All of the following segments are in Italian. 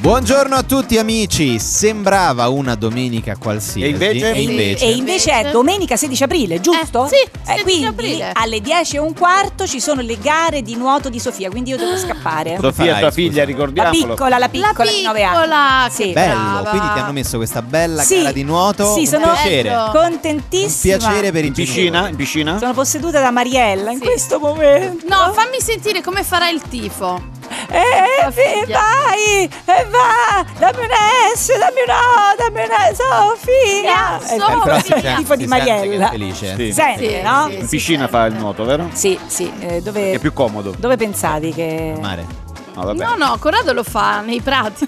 Buongiorno a tutti amici, sembrava una domenica qualsiasi E invece? e Sì. invece- E invece è domenica 16 aprile, giusto? Eh, sì, 16 quindi aprile. alle 10 e un quarto ci sono le gare di nuoto di Sofia, quindi io devo Ah. scappare. Come Sofia è farai, scusa? tua figlia, La ricordiamolo. piccola, la piccola, di 9 piccola, anni. che Sì. bello, Brava. quindi ti hanno messo questa bella Sì, gara di nuoto, sì, un sono- ecco, piacere, Bello. un Contentissima. piacere per i In piscina? genitori. In piscina? Sono posseduta da Mariella in Sì. questo momento. No, fammi sentire come farà il tifo. Eh, Tua eh, figlia. vai, eh, va, dammi un S, dammi un O, dammi un Sofia. Sì, Eh, sono però il si sente- tifo di si sente che è Mariella. felice. Sì. Sente, Sì, no? sì. In piscina fa il nuoto, vero? Sì, sì, eh, dove, È più comodo. dove pensavi che... Al Mare. Ah, No, vabbè. No, no, Corrado lo fa nei prati.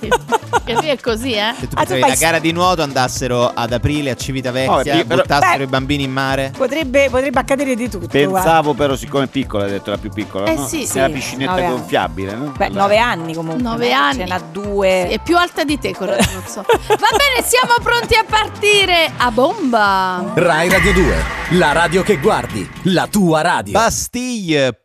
che lì è così, eh. Se tu Ah, tu pensavi fai- la gara di nuoto andassero ad aprile a Oh, Civitavecchia, è pi- però- buttassero Beh. i bambini in mare. Potrebbe, potrebbe accadere di tutto. guarda. Pensavo però, siccome è piccola, hai detto la più piccola, Eh no? sì, sì. Nella piscinetta Nove anni. gonfiabile, no? Beh, Allora. nove anni comunque. Nove no? anni. Ce n'ha due. È più alta di te, Corrado. non so. Va bene, siamo pronti a partire a bomba. Rai Radio 2, la radio che guardi, la tua radio. Bastille,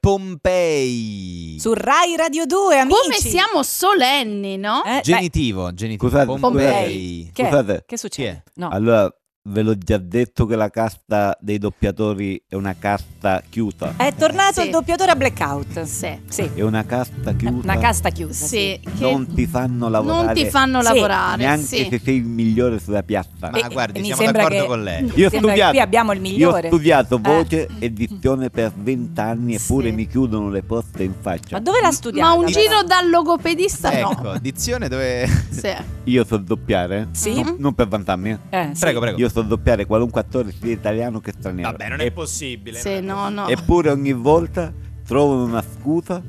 Pompei. Su Rai Radio 2, amici. Come siamo solenni, no? Eh, beh, Genitivo, genitivo. Scusate, Pompei. che, Scusate. che succede? No. Allora, ve l'ho già detto che la casta dei doppiatori è una casta chiusa. È tornato Sì. il doppiatore a blackout. Sì. Sì. È una casta chiusa. Una casta chiusa. Sì, che Non ti fanno lavorare. non ti fanno Sì. lavorare. Neanche sì. se sei il migliore sulla piazza. Ma Eh, guardi, eh, mi siamo sembra d'accordo che- con lei. Io- sembra che qui abbiamo il migliore. Io ho studiato Eh. voce e dizione per vent'anni eppure Sì. mi chiudono le porte in faccia. Ma dove l'ha studiata? Ma un però? giro dal logopedista no. Ecco, dizione dove... Sì. Io so doppiare, Sì? non, non per vantarmi, eh. Eh, sì. Prego, prego. io so doppiare qualunque attore sia italiano che straniero. Vabbè, non è possibile. Sì, no, no. Eppure ogni volta trovano una scusa,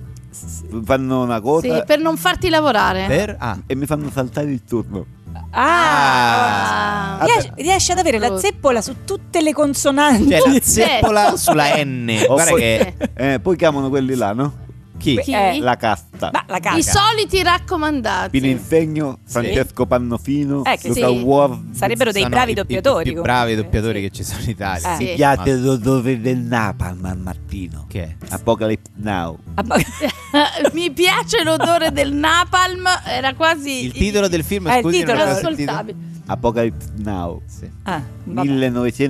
fanno una cosa Sì, per non farti lavorare. Per... Ah. e mi fanno saltare il turno. Ah. Ah. Ah. Riesci, riesci ad avere la Brutto. zeppola su tutte le consonanti. C'è Cioè, la Sì. zeppola sulla N. Guarda poi, che... eh, poi chiamano quelli là, no? Chi? Chi? Eh, La casta. Ma la I cacca. soliti raccomandati. Pino Insegno, Francesco Pannofino, Eh, che Luca sì. Ward. Sarebbero dei Sono bravi i- i- doppiatori. I più comunque. bravi doppiatori Sì. che ci sono in Italia. Eh. Sì. Piate dove del Napalm al mattino. Che? Apocalypse Now. Ah, ma- Eh, Mi piace l'odore del napalm, era quasi Il titolo del film, Eh, il scusi, titolo. non l'avevo sentito. ascoltabile. Apocalypse Now. Sì. ah, vabbè.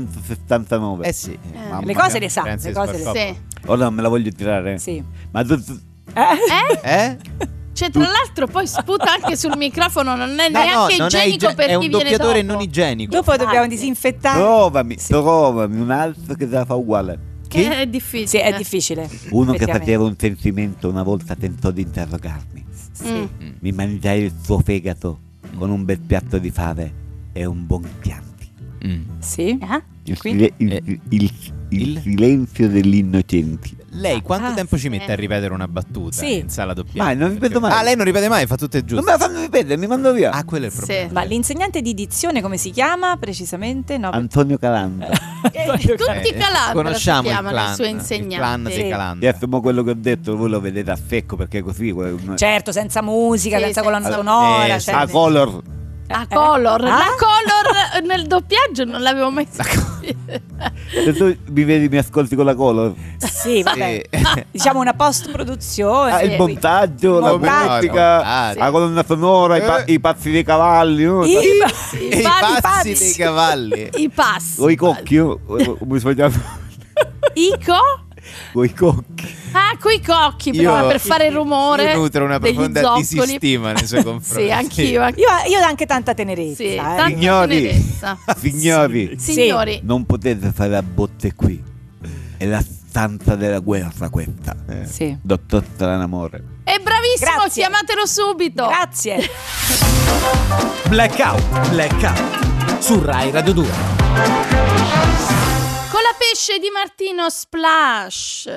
1979. Eh sì. mamma Le cose le sa, le Francis cose le Ford sa. Coppola. Sì. Ora me la voglio tirare. Sì. Ma tu, tu- Eh? Eh? Eh? Cioè, tra l'altro poi sputa anche sul microfono, non è neanche non è igienico ige- per è chi un viene doppiatore dopo. non igienico. Dopo dobbiamo disinfettare. Oh. trovami, trovami un altro che te la fa uguale. Che è difficile. Sì, è difficile. Uno che effettivamente. faceva un sentimento una volta tentò di interrogarmi. Sì. Mm. Mi mangiai il suo fegato con un bel piatto di fave e un buon Chianti. Mm. Sì. Ah. Il, Quindi- sile- il- Eh. il- il Il? silenzio degli innocenti. Lei quanto Ah, tempo ci mette eh. a ripetere una battuta Sì. in sala doppiata? Ma non ripeto Perché- mai. Ah, lei non ripete mai, fa tutte Non giuste. me la fanno ripetere, mi mando via. Ah, quello è il Sì. problema. Ma l'insegnante di dizione come si chiama precisamente? No, Antonio Calanda. Tutti Eh, Calandra Conosciamo si il chiamano clan, i suoi Il clan insegnanti. dei Sì. Calandra. Adesso mo quello che ho detto voi lo vedete a secco perché così... C'è Certo, senza musica, Sì, senza senza- colonna Eh, sonora. sì. cioè- a color. A color, Ah? la color nel doppiaggio non l'avevo mai sentita. Se tu mi vedi, mi ascolti con la color. Sì, vabbè. Sì. Diciamo una post-produzione. Ah, il Sì. montaggio, la Montaggio. musica, Sì. la colonna sonora, i, pa- Eh. i pazzi dei cavalli, no? I- E I Pazzi, pazzi pazzi. dei cavalli. I passi. o i cocchi, eh, no? O- o mi sbagliavo. Ico? o i cocchi. Ah, coi cocchi Io- però, per fare rumore. Io nutro una degli profonda zoccoli. disistima nei suoi confronti. Sì, anch'io. anch'io. Io, io ho anche tanta tenerezza. Sì, eh. tanta Signori. tenerezza. Signori, Sì. Signori, non potete fare a botte qui. È la stanza della guerra questa. Sì. Dottor Stranamore. è bravissimo, Grazie. chiamatelo subito. Grazie. Blackout, Blackout su Rai Radio 2. Con la pesce di Martino Splash.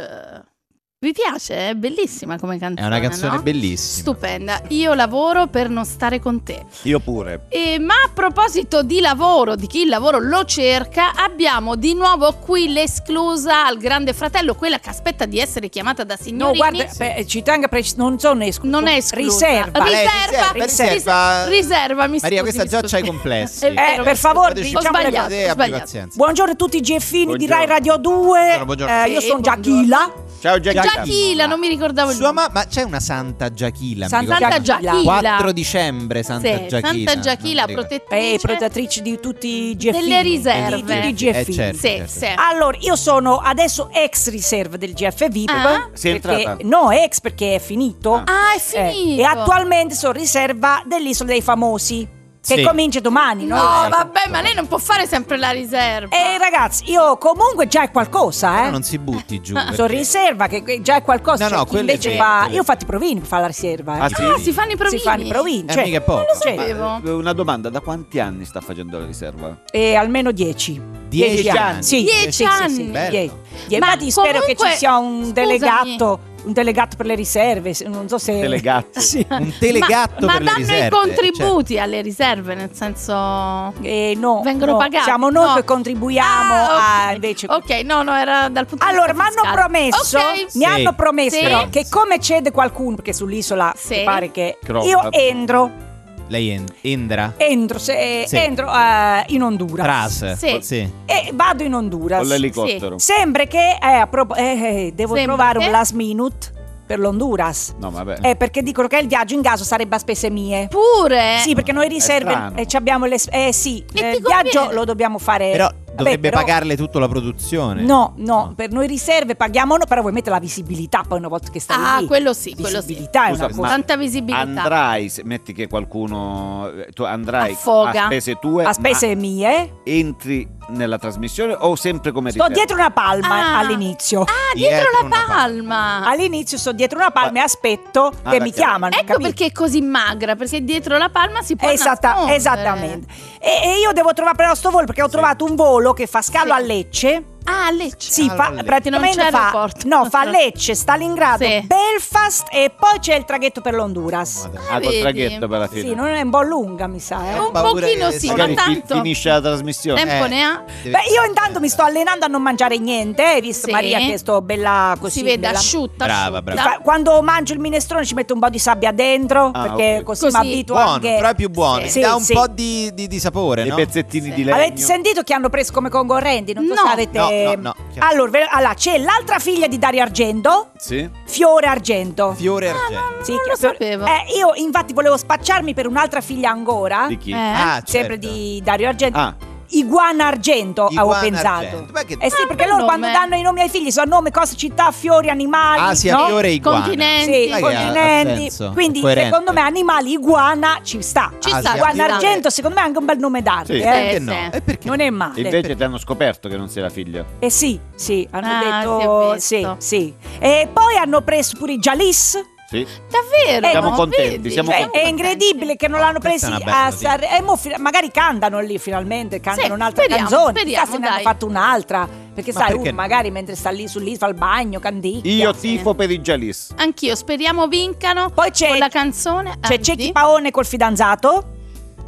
Vi piace? È bellissima come È canzone. una canzone no? bellissima. Stupenda. Io lavoro per non stare con te. Io pure. E- ma a proposito di lavoro, di chi il lavoro lo cerca, abbiamo di nuovo qui l'esclusa al grande fratello, quella che aspetta di essere chiamata da No, signorini. guarda, beh, ci tengo a precis- non sono esclusa. Non è esclusa. Riserva. Eh, Ma lei Riserva, riserva, riserva. riserva. Riserva, mi Maria, scusi, questa mi già scusi. c'hai complessi. È vero. Eh, per favore, Fateci diciamo capire le sbagliato, te, ho abbi sbagliato. pazienza. Buongiorno a tutti i GFini di Buongiorno. Rai Radio 2. Buongiorno, buongiorno. Eh, io Sì, sono buongiorno. Giachila. Ciao Giacchina. Giachila, non mi ricordavo il Sua nome. ma-, ma c'è una Santa Giachila. mi Santa ricordo. Santa Giachila. Giachila. 4 dicembre Santa Sì, Giachila. Santa Giachila, Non mi ricordo. protettrice. Eh, protettrice di tutti i GFI. Delle Di riserve. tutti i GFI. Eh, certo. Sì, sì. Allora, io sono adesso ex riserva del GFV. Ah. perché- Sei entrata? No, ex perché è finito. Ah, è Eh, finito. e attualmente sono riserva dell'Isola dei Famosi, che Sì. comincia domani, no? No, vabbè, ma lei non può fare sempre la riserva. E ragazzi, io comunque già è qualcosa, Però eh. non si butti giù. Sono perché- riserva, che che già è qualcosa. No, cioè, no, chi quelle invece sì, fa. quelle. Io ho fatto i provini per fare la riserva. eh. Ah, Ah, sì? si fanno i provini. Si fanno i provini. Eh, cioè, mica poco. non lo so. Ma- Sapevo. Eh, Una domanda, da quanti anni sta facendo la riserva? Eh, almeno 10. Dieci Dieci anni. anni. Sì, Dieci sì, sì, sì, anni. Bello. dieci. Ma Infatti spero che ci comunque- sia un scusami. delegato, un delegato per le riserve, se- non so se... Delegato. Sì. Un telegatto ma, per ma le danno riserve. cioè, i contributi alle riserve, nel senso... Eh, no, Vengono no, pagati? Siamo noi No. che contribuiamo Ah, a ok. invece... Ok, no, no, era dal punto di vista Allora, mi hanno fiscale. promesso, Ok. mi Sì. hanno promesso Sì. però che come cede qualcuno, perché sull'isola Sì. mi pare che Crolla. io entro, Cioè, Lei en- entra. entro, se- Sì. entro, eh, in Honduras Tras. Sì. e vado in Con Honduras. l'elicottero. Sembra che eh, a propo- eh, eh, devo Sembra trovare che- un last minute per l'Honduras. No, vabbè. Eh, perché dicono che il viaggio in caso sarebbe a spese mie. Pure... Sì, perché noi riserve strano. eh, ci abbiamo le sp- eh sì, E eh, ti il viaggio conviene. lo dobbiamo fare. Però Vabbè, dovrebbe però- pagarle tutta la produzione. No, no, per noi riserve paghiamo no, però vuoi mettere la visibilità poi una volta che stai Ah, lì. quello sì, quello sì. visibilità è Scusa, una ma- cosa. Tanta visibilità. Andrai, se- metti che qualcuno eh, tu andrai A foga. a spese tue, A spese ma mie. entri nella trasmissione o sempre come Sto riserva? dietro una palma Ah. all'inizio. Ah, Dietro dietro una la palma. palma. All'inizio sto dietro una palma e aspetto Ah, che la mi chiama. chiamano. Ecco capito? perché è così magra, perché dietro la palma si può Esatta- nascondere. esattamente. E, e io devo trovare però sto volo perché ho trovato un volo che fa Sì. scalo a Lecce. Ah, Lecce. Sì, Ah, fa, Lecce. Non praticamente c'è fa, aeroporto. no, fa Lecce, Stalingrado, Sì. Belfast e poi c'è il traghetto per l'Honduras. Madonna. Ah, Ah, col vedi. traghetto per la fine. Sì, non è un po' lunga, mi sa. eh. un paura pochino che- sì, ma Magari fi- tanto finisce la trasmissione. tempo Eh. ne ha. Deve- Beh, io intanto mi sto allenando a non mangiare niente, eh, visto Sì. Maria che sto bella così. si vede bella- asciutta. Brava, asciutta. brava. Fa- Quando mangio il minestrone ci metto un po' di sabbia dentro, Ah, perché ok. così, Così. mi abituo Buono, anche. però è più buono. Sì, Ti dà un sì. po' di, di- di sapore, Eh, Dei no? pezzettini Sì. Eh. di legno. Avete sentito che hanno preso come concorrenti? Non so se No. avete. No, no, no. Chiaro. Allora, ve- allora, c'è l'altra figlia di Dario Argento, Sì? Fiore Argento. Fiore argento. Sì, Non che- lo sapevo. Eh, io infatti volevo spacciarmi per un'altra figlia ancora, Di chi? Eh. Ah, sempre certo. di Dario Argento. Ah, Iguana Argento, Iguana avevo pensato. argento. Ma che- Eh sì, Ah, perché bel loro nome. quando danno i nomi ai figli sono nome, cose, città, fiori, animali. Ah, sì, a no? fiore iguana. Continenti. Sì, che Ma ha- ha continenti. senso, è Quindi, coerente. secondo me, animali, iguana ci sta. Ci Ah, sta, sì, Iguana abituale. Argento, secondo me, è anche un bel nome d'arte. Sì. Eh. Perché Eh, no? sì. E perché? Non è male. invece ti hanno scoperto che non sei la figlia. Eh sì, sì, hanno Ah, sì, ho detto sì, visto. sì. E poi hanno preso pure i Jalis. Sì. Davvero? Siamo contenti, Vedi? siamo Eh, Cioè, è contenti. incredibile che non No, l'hanno questa presi Oh, è una bella a Sanre- e mo fi- magari cantano lì finalmente, cantano Sì, un'altra speriamo, canzone. speriamo, Chissà se ne hanno dai. fatto un'altra. Perché Ma sai, perché uno no? magari mentre sta lì sull'isola al bagno, candicchia. Io sì. tifo per i Jalis. Anch'io, speriamo vincano Poi c'è- con la canzone. eh, C'è Anzi, Cecchi Paone col fidanzato.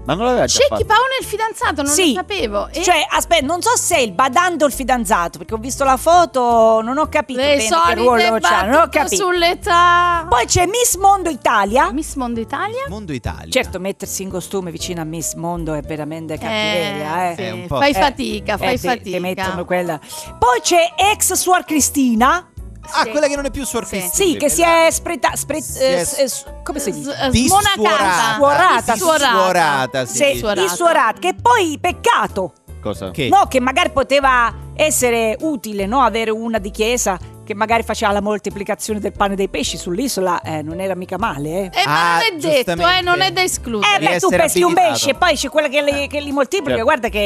Ma non l'aveva già Cecchi fatto? Paone è il fidanzato, non Sì. lo sapevo. E Cioè, aspetta, non so se è il badante o il fidanzato, perché ho visto la foto, non ho capito le bene che solite ruolo c'ha, non ho battute capito. sull'età. Poi c'è Miss Mondo Italia. Miss Mondo Italia? Mondo Italia. Certo, mettersi in costume vicino a Miss Mondo è veramente cattiveria, eh. sì, È un po'- Fai Eh, fatica, fai Eh, ti- ti fatica. mettono quella. Poi c'è ex suor Cristina. Ah, Sì. quella che non è più Suor Sì. Cristina. Sì, che si è spreta. spre- Si eh, è- s- eh, s- come si dice? S- Dissuorata. Smonacata. Suorata. Dissuorata, sì. Sì, Suorata. disuorato. Che poi peccato. Cosa? Che? No, che magari poteva essere utile, no? Avere una di chiesa che magari faceva la moltiplicazione del pane e dei pesci sull'isola, eh, non era mica male, eh. Eh, Ah, ma non è detto, giustamente. eh, non è da Eh, escludere. devi beh, tu essere peschi un abilitato. pesce e poi c'è quella che li, che li moltiplica, Certo. guarda che,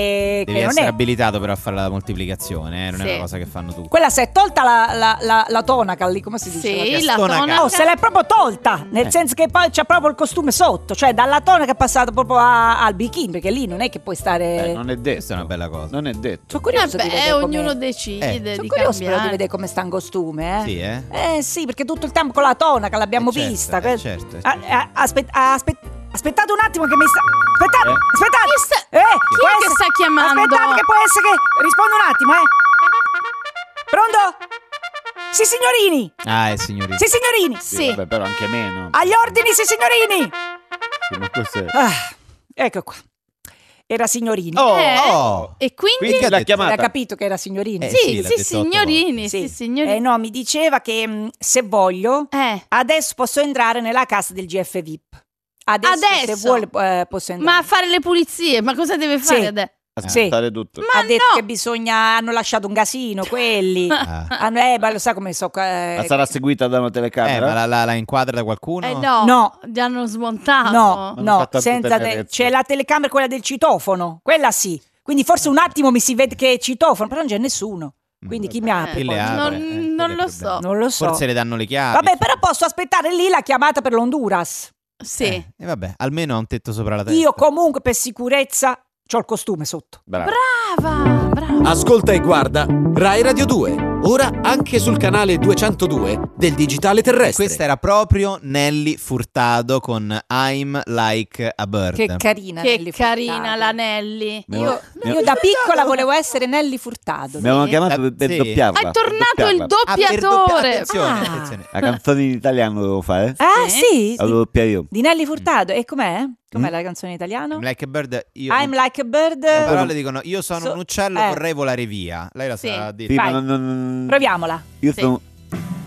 che Devi non essere è. abilitato però a fare la moltiplicazione, eh, non Sì. è una cosa che fanno tutti. Quella si è tolta la, la, la, la tonaca lì, come Eh, si dice? La sì, la la Eh, tonaca. tonaca. Oh, se l'è proprio tolta, Eh. nel senso che poi c'è proprio il costume sotto, cioè dalla tonaca è passato proprio a- al bikini, perché lì non è che puoi stare... Eh, non è detto. Questa è una bella cosa. Non è detto. Sono curioso di Vabbè, vedere come... Eh, ognuno decide Eh. Sono di curioso però di cambiare. vedere come sta in costume, eh. Sì, eh? Eh sì, perché tutto il tempo con la tonaca l'abbiamo Eh, certo, vista. eh, que- Ah, certo, eh, A- a- aspe- aspe- ah, aspettate un attimo che mi sta... Aspettate, Eh? aspettate! Chi sta- Eh, chi può è che sta chiamando? Aspettate che può essere che... Rispondo un attimo, eh. Pronto? Sì, signorini! Ah, eh, signorina. Sì, signorini! Sì. vabbè, però anche meno. Agli ordini, sì, signorini! Sì, ma cos'è? Ah, ecco qua. era signorina. Oh, Eh, oh. E quindi... Quindi che ha l'ha detto? Aveva chiamata. capito che era signorina. Eh, sì, sì, l'ha sì, detto otto signorini, sì, Sì. signorini. Eh, no, mi diceva che mh, se voglio Eh, adesso posso entrare nella casa del GF VIP. Adesso, Adesso? se vuole eh, posso entrare. ma a fare le pulizie, ma cosa deve fare Sì. adesso? Ascoltare Ah, tutto. Ma ha detto no! che bisogna hanno lasciato un casino quelli. Ah. Hanno- eh, ma lo sa come so Ma eh, sarà seguita da una Eh, telecamera? ma la, la- la inquadra da qualcuno? Eh no, No. gli hanno smontato. Ah, No, Ma non fa no, tanto senza tenerezza. te- c'è la telecamera quella del citofono, quella sì. Quindi forse un attimo mi si vede che è citofono, però non c'è nessuno. Quindi chi mi vabbè. apre? Eh, Chi poi? le Non- apre? Eh, non quello è il lo problema. so. Non lo so. Forse le danno le chiavi. Vabbè, però posso aspettare lì la chiamata per l'Honduras. Sì. Eh, e vabbè, almeno ha un tetto sopra la testa. Io comunque per sicurezza ho il costume sotto. Bravo. Brava, brava. Ascolta e guarda Rai Radio 2, ora anche sul canale 202 del digitale terrestre. Questa era proprio Nelly Furtado con I'm Like a Bird. Che carina. Che Nelly carina Furtado. la Nelly. Me Io, me- io da piccola volevo essere Nelly Furtado. Mi avevano chiamato per, Sì. per doppiarla. È per tornato il doppiarla. Ah, per doppia- doppiatore. Attenzione, Ah. attenzione. La canzone in italiano dovevo fare. Ah, Sì? sì? La dovevo doppiare io. Di Nelly Furtado. E com'è? Com'è Mm. la canzone in italiano? Mm. I'm Like a Bird, io... I'm like a bird. le parole dicono io sono Eh, So- un uccello, eh. vorrei volare via. Lei la Sì. sa dire. Sì, ma Vai. non- non- Proviamola. Io Sì. sono...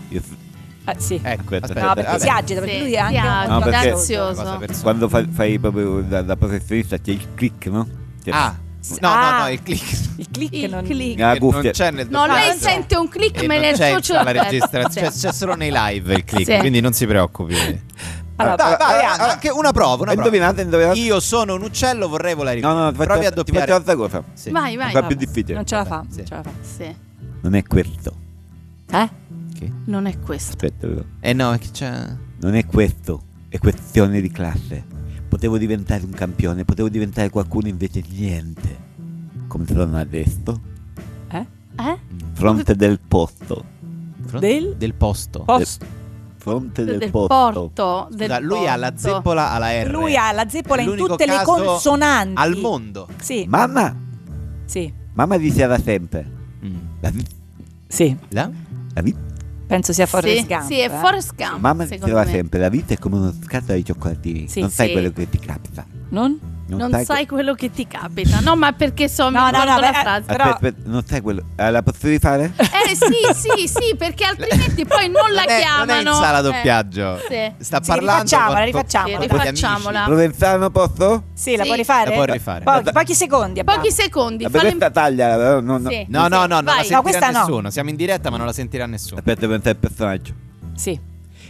Io so- Ah, sì. Ecco, Eh, Aspetta, aspetta, No, perché vabbè. si agita, perché Sì, lui è anche si agita. un No, perché- Una Grazioso. cosa personale. Quando fai, fai proprio da, da professionista c'è il click, no? Cioè, C'è- Ah, no, no, no, Ah. il click. Il click Il non... click. Ah, Che non cuffia. c'è nel No, lei doppiaggio. sente un click E me non nel c'è suo in sala cervello. registrazione, c'è, c'è solo nei live il click, Sì. quindi non si preoccupi. Allora, Ah, Ah, Dai, prova- dai, Ah, proviamo. anche una prova, una prova. Eh, Indovinate, indovinate. Io sono un uccello, vorrei volare. No, no, no, ti faccio, Provi a ti faccio doppiare. un'altra cosa. Sì. Vai, vai. Fa più Vabbè, difficile. Eh, Non ce la fa, Vabbè, sì. non ce la fa. Sì. Non è questo. Eh? Non è questo. Aspetta, però. Eh no, è che c'è... Non è questo. È questione di classe. Potevo diventare un campione, potevo diventare qualcuno invece niente. Come sono adesso. Eh? Eh? Fronte del posto. Del? posto. Posto. Fronte del, Del, posto. porto. del Scusa, lui ha la porto. zeppola alla R. Lui ha la zeppola È in l'unico tutte le caso consonanti. Al mondo. Sì, Mamma, sì, mamma diceva sempre. La vi- sì. La? la vi- Penso sia Forrest sì, Gump. Sì, è eh. Forrest Gump. mamma Ah, secondo diceva me. sempre, la vita è come uno scatto di cioccolatini. Sì, non sai sì. quello che ti capita. Non? Non sai quello che ti capita. No, ma perché so, mi No, no, ricordo no, la beh, eh, frase. Aspetta, Però- aspetta, non sai quello. eh, la posso rifare? Eh sì, sì, sì, perché altrimenti poi non la è- Non è chiamano. in sala Eh, doppiaggio. sì. Sta Sì, parlando. rifacciamola, con- rifacciamola. con pochi Rifacciamola. amici. Ah. Provenzano posso? Sì, la Sì. puoi rifare? La puoi rifare. Pochi, pochi secondi abbiamo. Pochi secondi. Vabbè, fallo in- questa taglia. eh, no, no. Sì. No, no, no, non la Vai. No, sentirà questa no. nessuno. Siamo in diretta, ma non la sentirà nessuno. Aspetta, per il personaggio. Sì.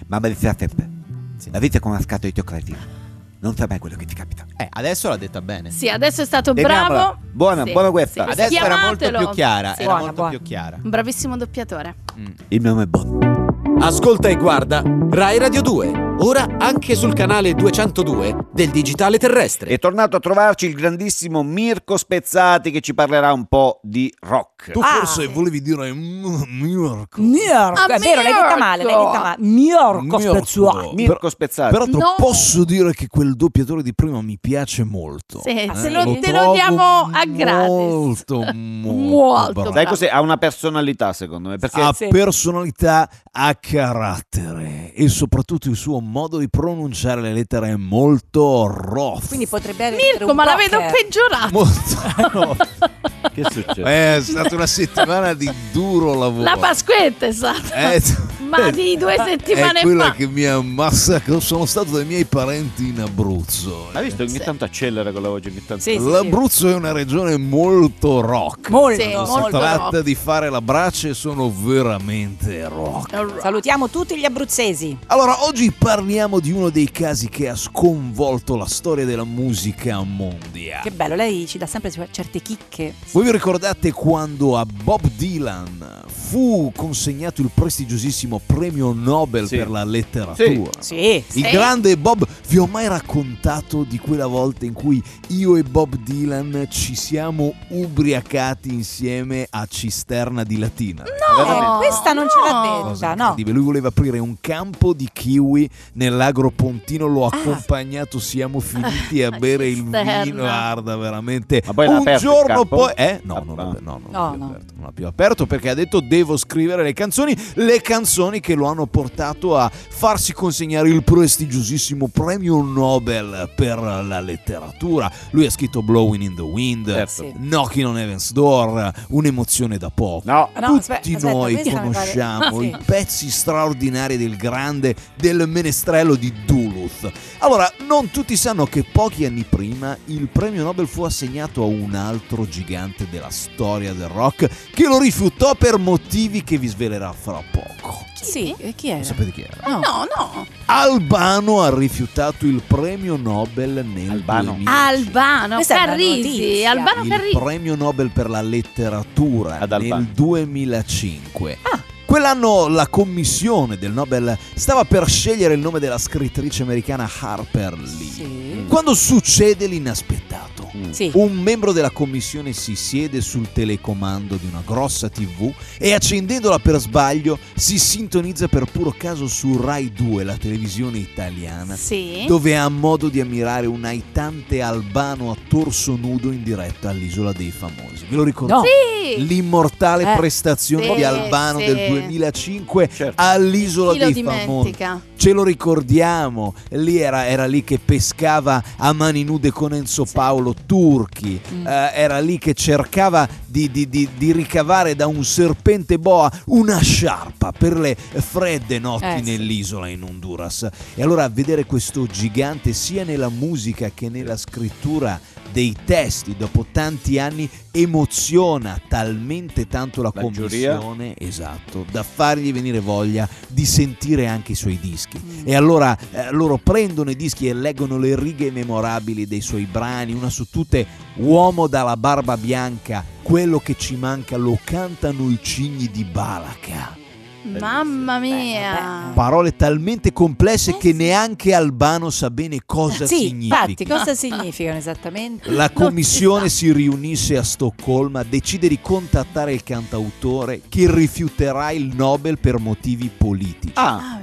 Mamma diceva sempre: Sì. La vita è come una scatola di cioccolatini. Non sai mai quello che ti capita. Eh, adesso l'ha detta bene. Sì, adesso è stato Teniamola. bravo. Buona, Sì, buona questa. sì. Adesso era molto Chiamatelo. più chiara. Sì. Era Buona, molto buona. più chiara. Un bravissimo doppiatore. Mm. Il mio nome è Bob. Ascolta e guarda Rai Radio 2, ora anche sul canale 202 del digitale terrestre. È tornato a trovarci il grandissimo Mirko Spezzati che ci parlerà un po' di rock. Tu forse volevi dire New York. New York, Ah, è vero, l'hai detta male, l'hai detta male. New York, New York. Spezzuoli. Mirko Spezzati. Peraltro No. posso dire che quel doppiatore di prima mi piace molto. Sì, Eh, Ah, se sì? lo- Lo te lo diamo a gratis. Molto bravo. Sai cos'è? Ha una personalità, secondo me. Perché ha Sì. personalità, ha carattere e soprattutto il suo modo di pronunciare le lettere è molto rough. Quindi potrebbe essere Mirko, un ma la rocker. vedo peggiorato. Molto rough. Ah, Eh, che succede? È stata una settimana di duro lavoro. La Pasquetta è stata. Eh, Ma di due settimane è quella fa. che mi ha massacrato. Sono stato dai miei parenti in Abruzzo. Hai visto? Ogni Sì. tanto accelera con la voce, ogni tanto. Sì, sì, sì. L'Abruzzo è una regione molto rock. Molto. Sì, Si molto tratta rock. di fare la braccia e sono veramente rock. Salutiamo tutti gli abruzzesi. Allora, oggi parliamo di uno dei casi che ha sconvolto la storia della musica mondiale. Che bello, lei ci dà sempre cioè, certe chicche. Voi vi ricordate quando a Bob Dylan fu consegnato il prestigiosissimo premio Nobel Sì. per la letteratura? Sì. Il Sì. grande Bob, vi ho mai raccontato di quella volta in cui io e Bob Dylan ci siamo ubriacati insieme a Cisterna di Latina? No, Eh, questa non ce l'ha no. detta, Cosa no. incredibile. Lui voleva aprire un campo di kiwi nell'agro Pontino, l'ho Ah. accompagnato, siamo finiti a bere il cisterna. vino guarda, veramente. Ma poi l'ha un aperto il giorno campo? poi. Eh? No, Ah, non, no. l'ha- no, non, No, l'ha più no. aperto, non l'ha più aperto perché ha detto devo scrivere le canzoni. Le canzoni che lo hanno portato a farsi consegnare il prestigiosissimo premio Nobel per la letteratura. Lui ha scritto Blowing in the Wind, Certo. Sì. Knocking on Heaven's Door, Un'emozione da poco. No, Ah, no, Tutti aspetta, aspetta, noi questa mi pare- conosciamo Sì. i pezzi straordinari del grande del menestrello di Duluth. Allora, non tutti sanno che pochi anni prima il premio Nobel fu assegnato a un altro gigante della storia del rock che lo rifiutò per motivi che vi svelerà fra poco. Sì, e chi Non era? sapete chi era? No. No, no. Albano ha rifiutato il premio Nobel nel Albano. 2000. Albano Questa è una Carrisi. notizia. Albano il Carrisi. premio Nobel per la letteratura Ad Albano. nel 2005. Quell'anno la commissione del Nobel stava per scegliere il nome della scrittrice americana Harper Lee. Sì. Mm. Quando succede l'inaspettato. Sì. Un membro della commissione si siede sul telecomando di una grossa TV e accendendola per sbaglio si sintonizza per puro caso su Rai 2, la televisione italiana, Sì. dove ha modo di ammirare un aitante albano a torso nudo in diretta all'Isola dei Famosi. Ve lo No. ricordate? Sì. L'immortale Eh, prestazione sì, di Albano sì. del 2005 certo. all'Isola Chi lo dei Famosi. dimentica? Ce lo ricordiamo, lì era, era lì che pescava a mani nude con Enzo Paolo Turchi, Mm. eh, era lì che cercava di, di- di- di ricavare da un serpente boa una sciarpa per le fredde notti Eh, sì. nell'isola in Honduras. E allora vedere questo gigante sia nella musica che nella scrittura dei testi dopo tanti anni emoziona talmente tanto la, La giuria. commissione, esatto, da fargli venire voglia di sentire anche i suoi dischi. E allora eh, loro prendono i dischi e leggono le righe memorabili dei suoi brani, una su tutte Uomo dalla barba bianca, quello che ci manca lo cantano i cigni di Balaca. Mamma Beh, mia. vabbè. Parole talmente complesse Eh che sì. neanche Albano sa bene cosa sì, significa. infatti, cosa significano esattamente? La commissione si si riunisse a Stoccolma, decide di contattare il cantautore che rifiuterà il Nobel per motivi politici. Ah,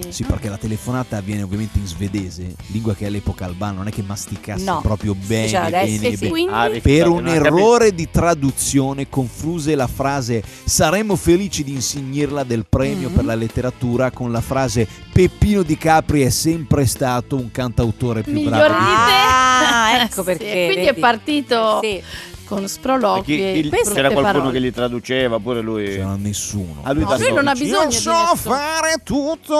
Sì. Sì, perché la telefonata avviene ovvenimente in svedese, lingua che all'epoca albana non è che masticasse No. proprio bene, Cioè, adesso- bene, E bene. quindi ah, rifiutate, Per non un ha capito. errore di traduzione confruse la frase saremmo felici di insignirla del premio Mm. per la letteratura con la frase Peppino Di Capri è sempre stato un cantautore più Miglior bravo. di di te. Ah, ecco Sì, perché, Quindi è vedi? partito Sì. con Ma chi- sproloqui. il- e brutte c'era qualcuno parole. che li traduceva pure lui. te. C'era nessuno. Ah, lui No, da lui solo. non ha bisogno Io di so nessuno. fare tutto,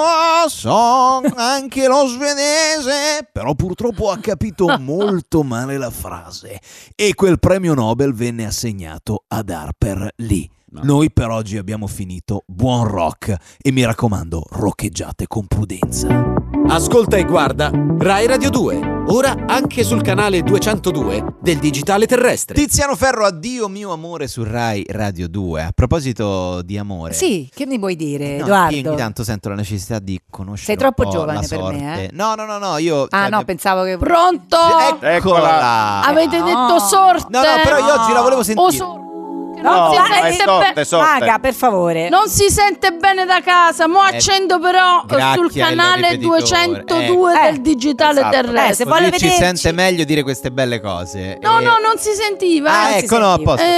so anche lo svedese. Però purtroppo ha capito molto male la frase. E quel premio Nobel venne assegnato ad Harper Lee. Noi per oggi abbiamo finito. Buon rock. E mi raccomando, roccheggiate con prudenza. Ascolta e guarda Rai Radio 2, ora anche sul canale 202 del digitale terrestre. Tiziano Ferro, addio mio amore su Rai Radio 2. A proposito di amore. Sì, che mi vuoi dire, Eh. No, Io ogni Edoardo? tanto sento la necessità di conoscere Sei troppo un po' giovane la per sorte. me, eh? No, no, no, no, io Ah, cioè, no, ne- pensavo che Pronto? Oh. eh, Eccola. Eccola! Avete No. detto sorte? No, no, però io oggi la volevo O sentire. sor- che No, non, ma si è sente sorte, be- sorte. Paga, per favore. non si sente bene da casa. Mo Eh, accendo però eh, sul gracchia il canale ripetitore. 202 Eh. del digitale Esatto. Eh, se terrestre. vuoi- vuole Lui ci vederci. sente meglio dire queste belle cose. No, E- no, Eh, non si sentiva. Ah, non si ecco, no, a sentiva. posto. a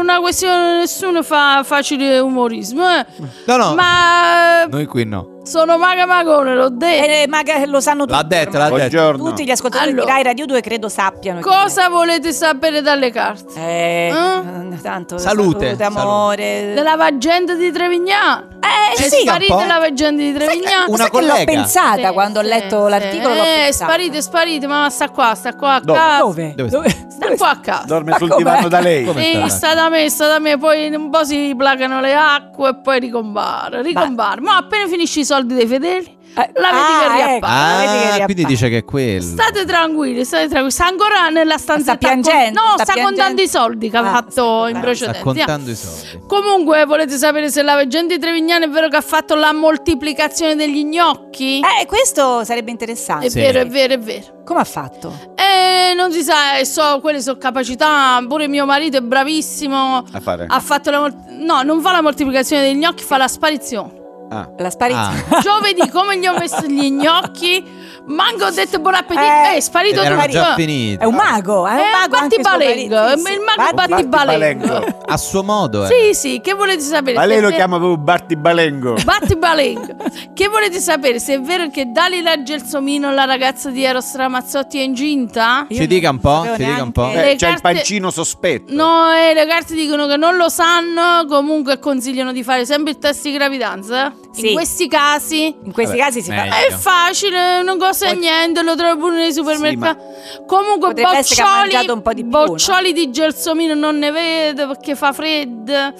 È una questione, nessuno fa facile umorismo. eh. posto. No, no, Ma eh, noi qui no. sono maga magone, l'ho detto. Eh, ma che lo sanno tutti. L'ha detto, l'ha ormai. detto. Buongiorno. Tutti gli ascoltatori Allora. di Rai Radio 2 credo sappiano. chi Cosa volete sapere dalle carte? è. Eh, Eh? tanto Salute, salute, amore. Della vagente di Trevignano? Eh, È sì. sparita Campo? la vagente di Trevignano? Una Sai che l'ho collega. pensata Sì, quando ho sì, letto sì. l'articolo. l'ho Eh, pensata. sparite, sparite, ma sta qua, sta qua a Dove? casa. Dove? Dove Sta qua a casa. Dorme Ma sul com'è? divano da lei. Come? Sì, sta? sta da me, sta da me, poi un po' si placano le acque e poi ricompare, ricompare. Ma appena finisci i soldi dei fedeli, Eh, la vedi ah, che riappare. ecco, la vedi che Ah, riappare. quindi dice che è quello. State tranquilli, state tranquilli. Sta ancora nella stanza. piangendo, no, sta sta, contando piangendo. i soldi che Ah, ha sta fatto contando. in Sta precedenza. contando i soldi. Comunque, volete sapere se la veggente Trevignano è vero che ha fatto la moltiplicazione degli gnocchi? Eh, questo sarebbe è interessante. vero, è vero, è vero. Come ha fatto? E non si sa, eh, so, quelle sono capacità. Pure mio marito è bravissimo. A fare. Ha fatto la mol- No, non fa la moltiplicazione degli gnocchi, fa la sparizione. Ah. La sparizione. Giovedì, come gli ho messo gli gnocchi, Mango ha detto buon appetito. Eh, Eh, è sparito Erano tutto. già Eh, finiti. È un mago, è un È mago anche battibalengo, suo marito. è Eh, il mago Batti battibalengo. Balengo. A suo modo, eh. Sì, sì, che volete sapere? Ma se lei è lo ver- chiama proprio Batti Balengo. Battibalengo. che volete sapere se è vero che Dalila Gelsomino, la ragazza di Eros Ramazzotti, è incinta? Ci dica un po', sapevo ci dica un po'. neanche- Eh, le c'è il carte- pancino sospetto. No, eh, le carte dicono che non lo sanno, comunque consigliano di fare sempre il test di gravidanza. Sì. In questi casi In questi Vabbè, casi si fa. meglio. è facile, non costa Poi- niente, lo trovo pure nei supermercati. Comunque Potrebbe essere che ha boccioli, mangiato un po' di più, boccioli di gelsomino non ne vedo perché fa freddo. Eh,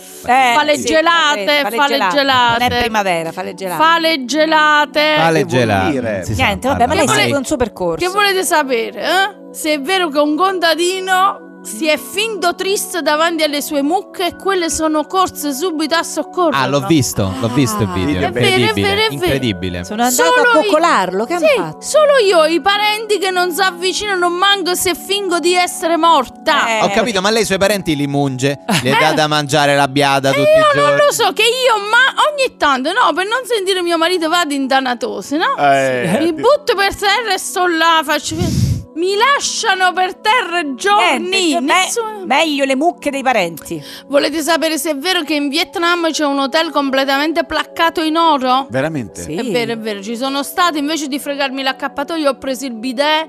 fa le sì, gelate, fa le gelate. Non è primavera, fa le gelate. Fa le gelate. Fa le vuol gelate, dire? non si sa Niente, Esatto, vabbè, ma lei parlare. segue un suo percorso. Che volete sapere? eh? Se è vero che un contadino si è finto triste davanti alle sue mucche e quelle sono corse subito a soccorso. Ah, l'ho visto, l'ho visto il Ah, video. è vero, è vero, è Incredibile, vero. incredibile. Sono andato Solo a io- coccolarlo, che hanno Sì, fatto? solo io, i parenti che non si avvicinano manco se fingo di essere morta. Eh, Ho capito, ma lei i suoi parenti li munge, le dà da mangiare la biada E tutti i Eh, io non giorni. lo so che io, ma ogni tanto, no, per non sentire mio marito vado in danatosi, no? Eh, Mi butto per terra e sto là, faccio... Mi lasciano per terra giorni. Niente, cioè, me- nessuno- meglio le mucche dei parenti. Volete sapere se è vero che in Vietnam c'è un hotel completamente placcato in oro? Veramente? Sì. È vero, è vero, ci sono state, invece di fregarmi l'accappatoio ho preso il bidet.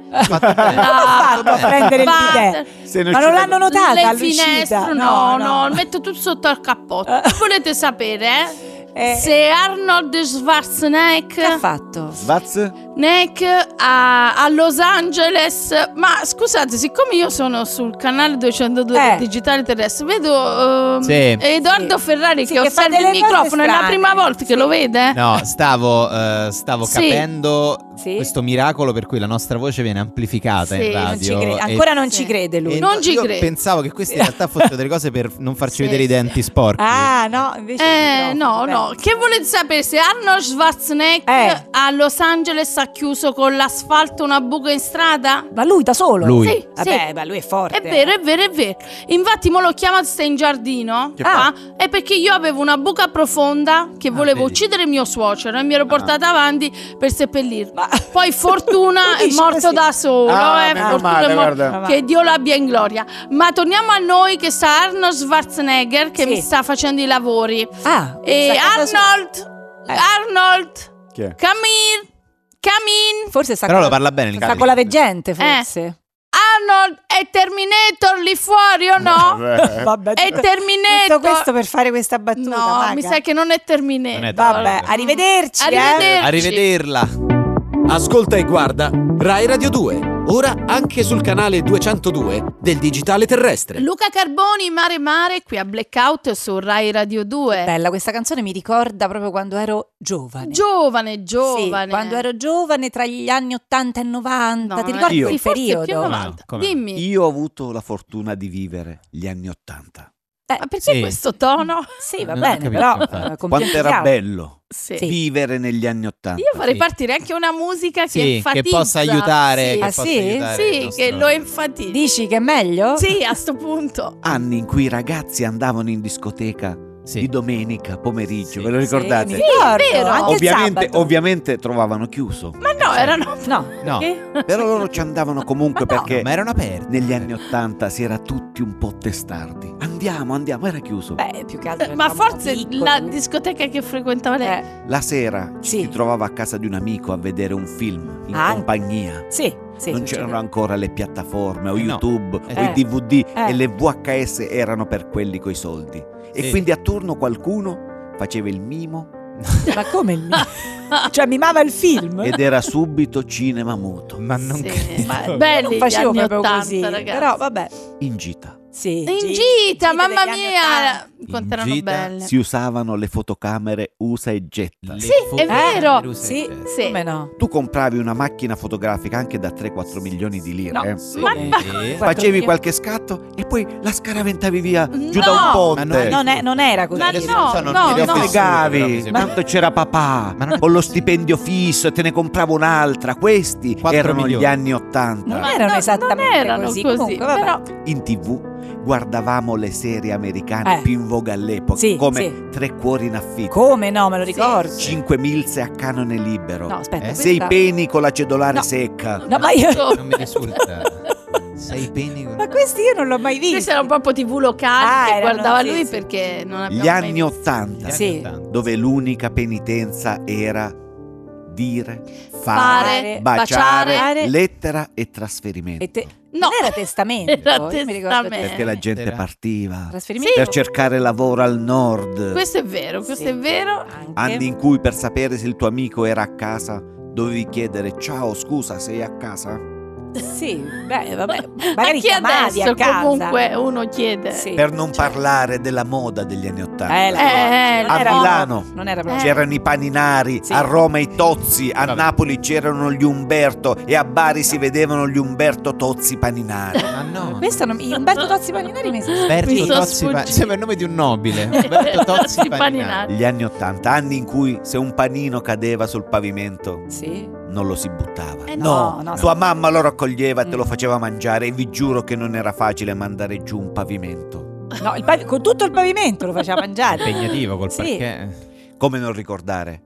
ha fatto a prendere il bidet? Se Ma ci non vedo- l'hanno notata Le all'uscita? finestre, no, no, lo metto tutto sotto al cappotto. Eh. Volete sapere? Eh, Se Arnold Che ha Schwarzenegger fatto? Svaz? Nick a, a Los Angeles. Ma scusate, siccome io sono sul canale 202 Eh. del Digitale Terrestre, vedo ehm, Sì. Edoardo Sì. Ferrari Sì, che, che fa osserva il delle cose microfono. È la strane. prima volta che lo vede. No, stavo, eh, stavo Sì. capendo Sì. questo miracolo per cui la nostra voce viene amplificata Sì, in non Non ci radio. crede, e- Ancora non Sì. ci crede lui. e Non no, ci io credo. pensavo che queste in realtà fossero delle cose per non farci Sì, vedere i sì. denti sporchi. Ah, no, invece Eh, il no, no. microfono, beh. Che volete sapere se Arnold Schwarzenegger Eh. a Los Angeles ha chiuso con l'asfalto una buca in strada? Ma lui da solo? Lui. Sì, Vabbè, eh. sì. ma lui è forte. È vero, è vero, è vero. Infatti, mo l'ho chiamato stai in giardino. Che ah, è perché io avevo una buca profonda che Ah, volevo vedi. uccidere mio suocero e mi ero portata avanti per seppellirlo. Ma- Poi fortuna è Dici morto così. da solo. Ah, eh, meno fortuna male, è morto- guarda. Ma- Che Dio l'abbia in gloria. Ma torniamo a noi che sta Arnold Schwarzenegger che Sì. mi sta facendo i lavori. Ah, E sa cosa- Arnold, Eh. Arnold, Chi è? come in, come in. Forse sta Però con lo la- parla bene il sta cane. con la veggente, forse. Arnold è Terminator lì fuori o no? Vabbè. Vabbè, È tutto- Terminator. Tutto questo per fare questa battuta. Eh. No, maga. mi sa che non è Terminator. Non è Vabbè, arrivederci. eh. Arrivederci. Arrivederla. Ascolta e guarda Rai Radio 2, ora anche sul canale 202 del digitale terrestre. Luca Carboni, Mare Mare, qui a Blackout su Rai Radio 2. Bella, questa canzone mi ricorda proprio quando ero giovane. Giovane, Sì, giovane. quando ero giovane, tra gli anni 80 e 90, No, ti eh, ricordi sì, quel forse più periodo? avanti. 90. Ah, come? Dimmi, Io ho avuto la fortuna di vivere gli anni Ottanta. ma perché Sì. questo tono? Sì, va Non ho bene, capito, però infatti. eh, Quanto era compiangiamo. bello Sì. Sì. vivere negli anni Ottanta. Io farei Sì. partire anche una musica che Sì, enfatizza. che possa aiutare. Sì, che Ah, possa sì? aiutare il Sì, nostro- che lo enfatizza. Dici che è meglio? Sì, a sto punto. Anni in cui i ragazzi andavano in discoteca Sì. di domenica pomeriggio, Sì. ve lo Sì, ricordate? mi ricordo, Sì, è vero. anche il Ovviamente, sabato. ovviamente trovavano chiuso, Ma Cioè, no, erano... No, No, però loro ci andavano comunque Ma no, perché ma erano aperti. negli anni Ottanta si era tutti un po' testardi. Andiamo, andiamo, era chiuso. beh, più che altro. Ma eravamo forse piccoli. la discoteca che frequentava lei... Eh, La sera ci Sì. si trovava a casa di un amico a vedere un film in Ah. compagnia. Sì, sì. non c'erano ancora le piattaforme o Eh, no. YouTube Eh, o i sì. DVD Eh. e le VHS erano per quelli coi soldi. E Sì. quindi a turno qualcuno faceva il mimo Ma come il mio? Cioè, mimava il film? ed era subito cinema muto ma non Sì, credo. ma belli non gli facevo anni proprio 80, così. ragazzi. Però, vabbè. in gita. Sì. in gi- gita, gite mamma degli anni mia, 80. quanto In erano gita belle. Si usavano le fotocamere usa e getta. Le Sì, è foto- vero. le ruse- Eh? Sì. cioè, Sì. Come no? Tu compravi una macchina fotografica anche da 3-4 milioni di lire. No. eh. sì. Ma- Sì. Guarda, Facevi io- qualche scatto e poi la scaraventavi via giù da No! un Ma ponte. non è- Non, è- non era così. Ma Adesso no, non so, non mi no, Te no. ne ricordo solo, però mi fregavi, sembra. tanto c'era papà, Ma non è con lo possibile. stipendio fisso e te ne compravo un'altra. Questi Quattro erano milioni. gli anni Ottanta. Non erano no, esattamente non erano così, così, comunque, vabbè. però In tv guardavamo le serie americane Eh. più in voga all'epoca, Sì, come sì. tre cuori in affitto, Come no, me lo ricordo. cinque milze a canone libero, No, aspetta, eh, questa- sei peni con la cedolare No. secca. No, ma io... Non mi risulta. Sei peni con... Ma questi io non l'ho mai visto. Questo era un proprio TV locale Ah, che erano- guardava sì, lui sì. perché non abbiamo Gli mai anni visto. Gli 80, anni Sì. 80. dove l'unica penitenza era dire, fare, fare, baciare, baciare. lettera e trasferimento. E te- No. non era testamento. Era Io mi ricordo testamento. Perché la gente Era- partiva Trasferimento. per cercare lavoro al nord. Questo è vero, questo Sì. è vero. Anche. Anni in cui per sapere se il tuo amico era a casa dovevi chiedere ciao scusa sei a casa? Sì, beh, vabbè. Magari Anche chiamavi adesso a casa. comunque uno chiede. Sì. Per non Cioè, parlare della moda degli anni Ottanta. eh, la- Eh, non a era- Milano. Non era proprio. C'erano i paninari, Sì. a Roma i Tozzi, a Vabbè. Napoli c'erano gli Umberto e a Bari si vedevano gli Umberto Tozzi paninari. Ma no. Questo non... Umberto Tozzi Paninari mi Umberto Mi sono Tozzi Pa- sfuggito. Sembra il nome di un nobile. Umberto Tozzi Tozzi Paninari. Paninari. Gli anni Ottanta, anni in cui se un panino cadeva sul pavimento Sì. non lo si buttava. Eh no, no, tua sì. mamma lo raccoglieva e te lo Mm. faceva mangiare e vi giuro che non era facile mandare giù un pavimento. No, il pavi- con tutto il pavimento lo faceva mangiare. Impegnativo col eh. Sì. perché. Come non ricordare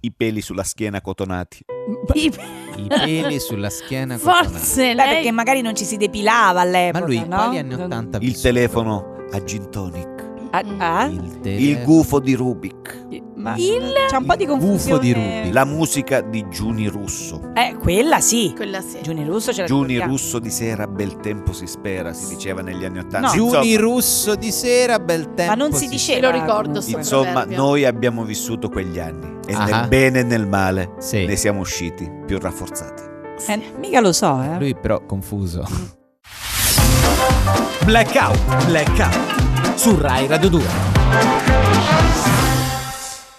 i peli sulla schiena cotonati? I peli sulla schiena. cotonati. Forse Beh, lei perché magari non ci si depilava Ma all'epoca. lui no? quali anni Non- 80 ha Il vissuto? Eh? telefono a gin tonic. Mm. Ah, ah? Il telefono. Il gufo di Rubik. Ma Il- c'è un po' di il gufo confusione. di Ruby. La musica di Giuni Russo. Eh, quella sì. quella sera. Giuni Russo c'era. Giuni Russo di sera, bel tempo si spera, si diceva negli anni Ottanta. No. Giuni Insomma, russo di sera, bel tempo. Ma non si dice Me diceva. lo ricordo, comunque. sì. insomma, Proverbio. noi abbiamo vissuto quegli anni e Ah. nel bene e nel male Sì. ne siamo usciti più rafforzati. Eh, mica lo so, eh. Lui però confuso. Blackout, blackout. Su Rai Radio 2.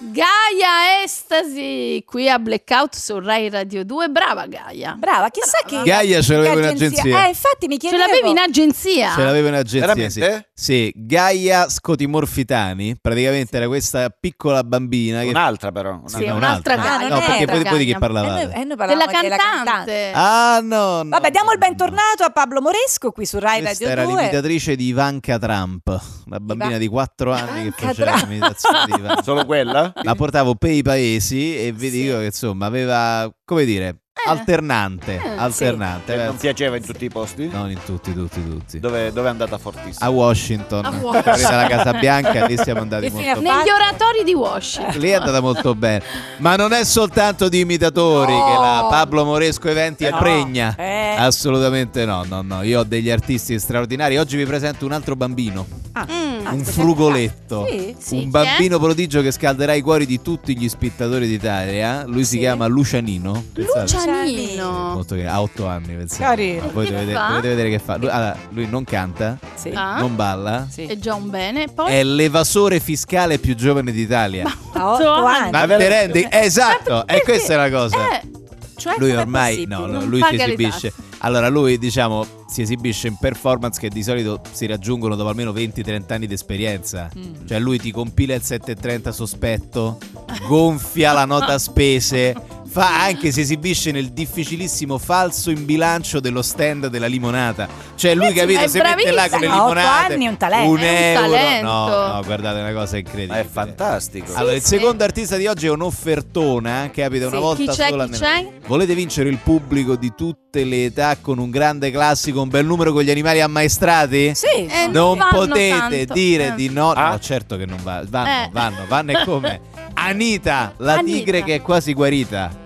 Gaia Estasi qui a Blackout su Rai Radio 2. Brava Gaia. Brava, chissà che. Gaia ce l'aveva che in agenzia. Eh, infatti mi Ce chiedevo. l'avevi in agenzia? Ce l'aveva in agenzia, sì. Veramente? Sì, Gaia Scotimorfitani, praticamente era questa piccola bambina che... Un'altra però. un'altra. Sì, no, un'altra un'altra. Gaia. Ah, non No, perché era poi, poi di chi Gaia. Eh, parlavamo? noi, eh, noi Della parlavamo della cantante. cantante. Ah no, no. Vabbè, diamo il bentornato a Pablo Moresco qui su Rai Questa era Radio 2. l'imitatrice di Ivanka Trump, una bambina di 4 anni che Ivanka faceva Trump. l'imitazione di Ivanka. Solo quella? La portavo per i paesi e vi dico che insomma aveva, come dire, alternante, Eh, alternante. Eh, aveva- Non piaceva in tutti i posti? Non in tutti, tutti, tutti. Dove, dove è andata A fortissimo? Washington, A è Washington. arrivata alla Casa Bianca, lì siamo andati Che fine molto ha bene. Negli oratori di Washington. Lì è andata molto bene, ma non è soltanto di imitatori No. che la Pablo Moresco Eventi Eh, no. pregna. Eh. Assolutamente no, no, no. Io ho degli artisti straordinari. Oggi vi presento un altro bambino, Mm. un frugoletto. Sì. ah, Sì, chi è? un bambino prodigio che scalderà i cuori di tutti gli spettatori d'Italia. Lui si Sì. chiama Lucianino. Pensate? Lucianino. Molto che ha 8 anni, pensate. Carino. Ma Voi Che dovete, fa? dovete vedere che fa. Lui, allora, lui non canta, Sì. Ah, non Eh, balla. sì. È già un bene. Poi È l'evasore fiscale più giovane d'Italia. A otto anni. Ma te rendi? Esatto, e perché- questa è la cosa. Certo Eh, Cioè, lui com'è ormai possibile? no, no, Non lui si paga le esibisce. Allora, lui diciamo si esibisce in performance che di solito si raggiungono dopo almeno 20-30 anni di esperienza. Mm. Cioè, lui ti compila il 730 sospetto, gonfia la nota spese. Fa anche si esibisce nel difficilissimo falso in bilancio dello stand della limonata. Cioè, lui, Pensi, ma capito, è si mette là con le bravissimo. A otto limonate. anni è un talento. Un È un euro. talento. No, no, guardate, è una cosa incredibile. Ma è fantastico. Allora, il sì. secondo artista di oggi è un'offertona che abita una Sì, volta chi c'è, sola. chi nel- c'è? Volete vincere il pubblico di tutte le età con un grande classico, un bel numero con gli animali ammaestrati? Sì. Eh, Non vanno potete tanto. dire Eh. di no. Ah. No, certo che non va. Vanno, Eh. vanno, vanno e come? Anita, la Anita. tigre che è quasi guarita.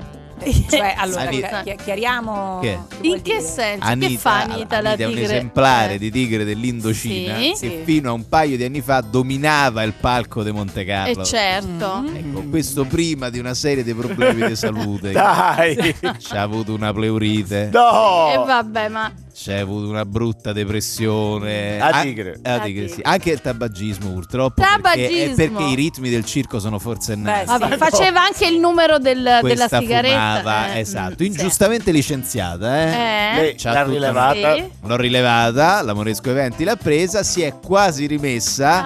Cioè, allora, Anita. chi- chiariamo. Che? vuol In che dire. senso? Anita, che fa Anita la Anita è un tigre? esemplare Eh. di tigre dell'Indocina Sì. che Sì. fino a un paio di anni fa dominava il palco di Monte E Carlo. certo. Mm. Ecco, questo prima di una serie di problemi di salute. Dai! C'ha avuto una pleurite, No! E vabbè, ma c'ha avuto una brutta depressione. La An- tigre. la La tigre, tigre. sì. Anche il tabagismo, purtroppo. Perché, Tabagismo. è perché i ritmi del circo sono Beh, forsennati. sì. vabbè, faceva anche il numero del- della Questa sigaretta. fumava, eh. esatto. Mm, Ingiustamente licenziata, sì. eh. Eh? Lei C'ha l'ha tutta- rilevata. Sì. L'ho rilevata, la Moresco Eventi l'ha presa, si è quasi rimessa.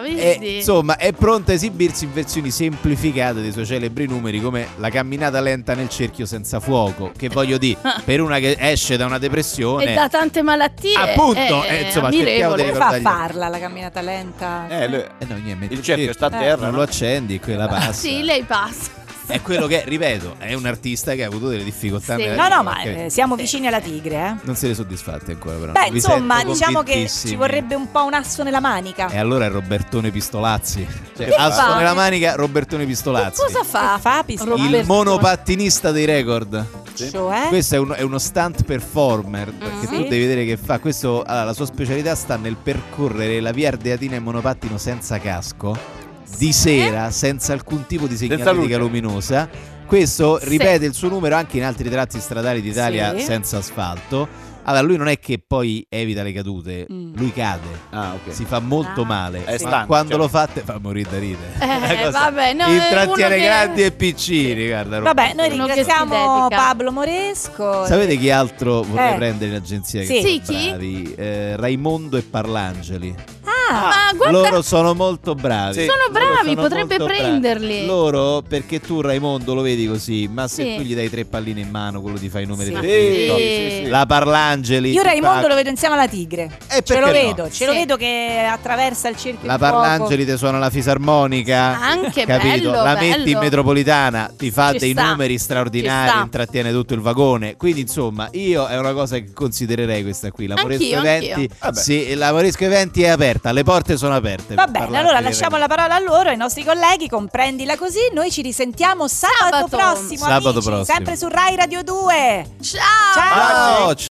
Ah, E, vedi? insomma, è pronta a esibirsi in versioni semplificate dei suoi celebri numeri come la camminata lenta nel cerchio senza fuoco, che voglio dire, per una che esce da una depressione, bene. da tante malattie. Appunto, è eh, insomma, cerchiamo ammirevole. di- Come fa a ricordargli- farla la camminata lenta? Eh, le- Eh, no, niente, il cerchio sta a terra. Non no? lo accendi, quella passa. Sì, lei passa. È quello che, ripeto, è un artista che ha avuto delle difficoltà. Sì. nella No, vita, no, ma ok? eh, siamo vicini alla tigre, eh. Non siete soddisfatti ancora, però. Beh, Vi insomma, sento diciamo che convintissimi. Eh. ci vorrebbe un po' un asso nella manica. E allora è Robertone Pistolazzi. Cioè, Che Asso fa? nella manica, Robertone Pistolazzi. Cosa fa? Fa, fa pistaccio, Roberto- Il monopattinista dei record. eh? Mm, Questo è, un- è uno stunt performer. Perché Sì. tu devi vedere che fa. Questo, allora, la sua specialità sta nel percorrere la via Ardeatina in monopattino senza casco, Eh? di sera, senza alcun tipo di segnaletica luce. luminosa. Questo Sì. ripete il suo numero anche in altri tratti stradali d'Italia Sì. senza asfalto. Allora, lui non è che poi evita le cadute, Mm. lui cade. Ah, ok. Si fa molto Ah, male. È Ma stanco, quando cioè. lo fate fa morire da ridere. Eh, Una cosa- vabbè, no, Intrattiene uno che- grandi e piccini, guarda. Vabbè, noi Uno che ringraziamo si dedica. Pablo Moresco. Sapete chi altro vorrei Eh. prendere in agenzia? Sì. Che Sì, sono chi? bravi? Eh, Raimondo e Parlangeli. Ah, Ma guarda, Loro sono molto bravi. Sì. sono Loro bravi, sono potrebbe molto bravi. prenderli. Loro, perché tu Raimondo lo vedi così, ma se Sì. tu gli dai tre palline in mano, quello ti fa i numeri Sì. del Sì, dritto. sì, sì. La Parlangeli. io ti Raimondo fa- lo vedo insieme alla tigre. Eh, ce perché lo no? vedo, ce lo Sì. vedo che attraversa il cerchio. La di fuoco. Parlangeli ti suona la fisarmonica. Anche Capito? Ah, bello, la bello. metti in metropolitana, ti fa Ci dei sta, numeri ci sta. straordinari, intrattiene tutto il vagone. Quindi, insomma, io è una cosa che considererei questa qui. La Moresco Anch'io, Eventi. anch'io. Vabbè. Sì, la Moresco Eventi è aperta, le porte sono aperte. Va per bene, parlarci allora di lasciamo eventi. la parola a loro, ai nostri colleghi, comprendila così. Noi ci risentiamo sabato, Sabato. prossimo, Sabato amici, prossimo. sempre su Rai Radio 2. Ciao! Ciao. Ciao!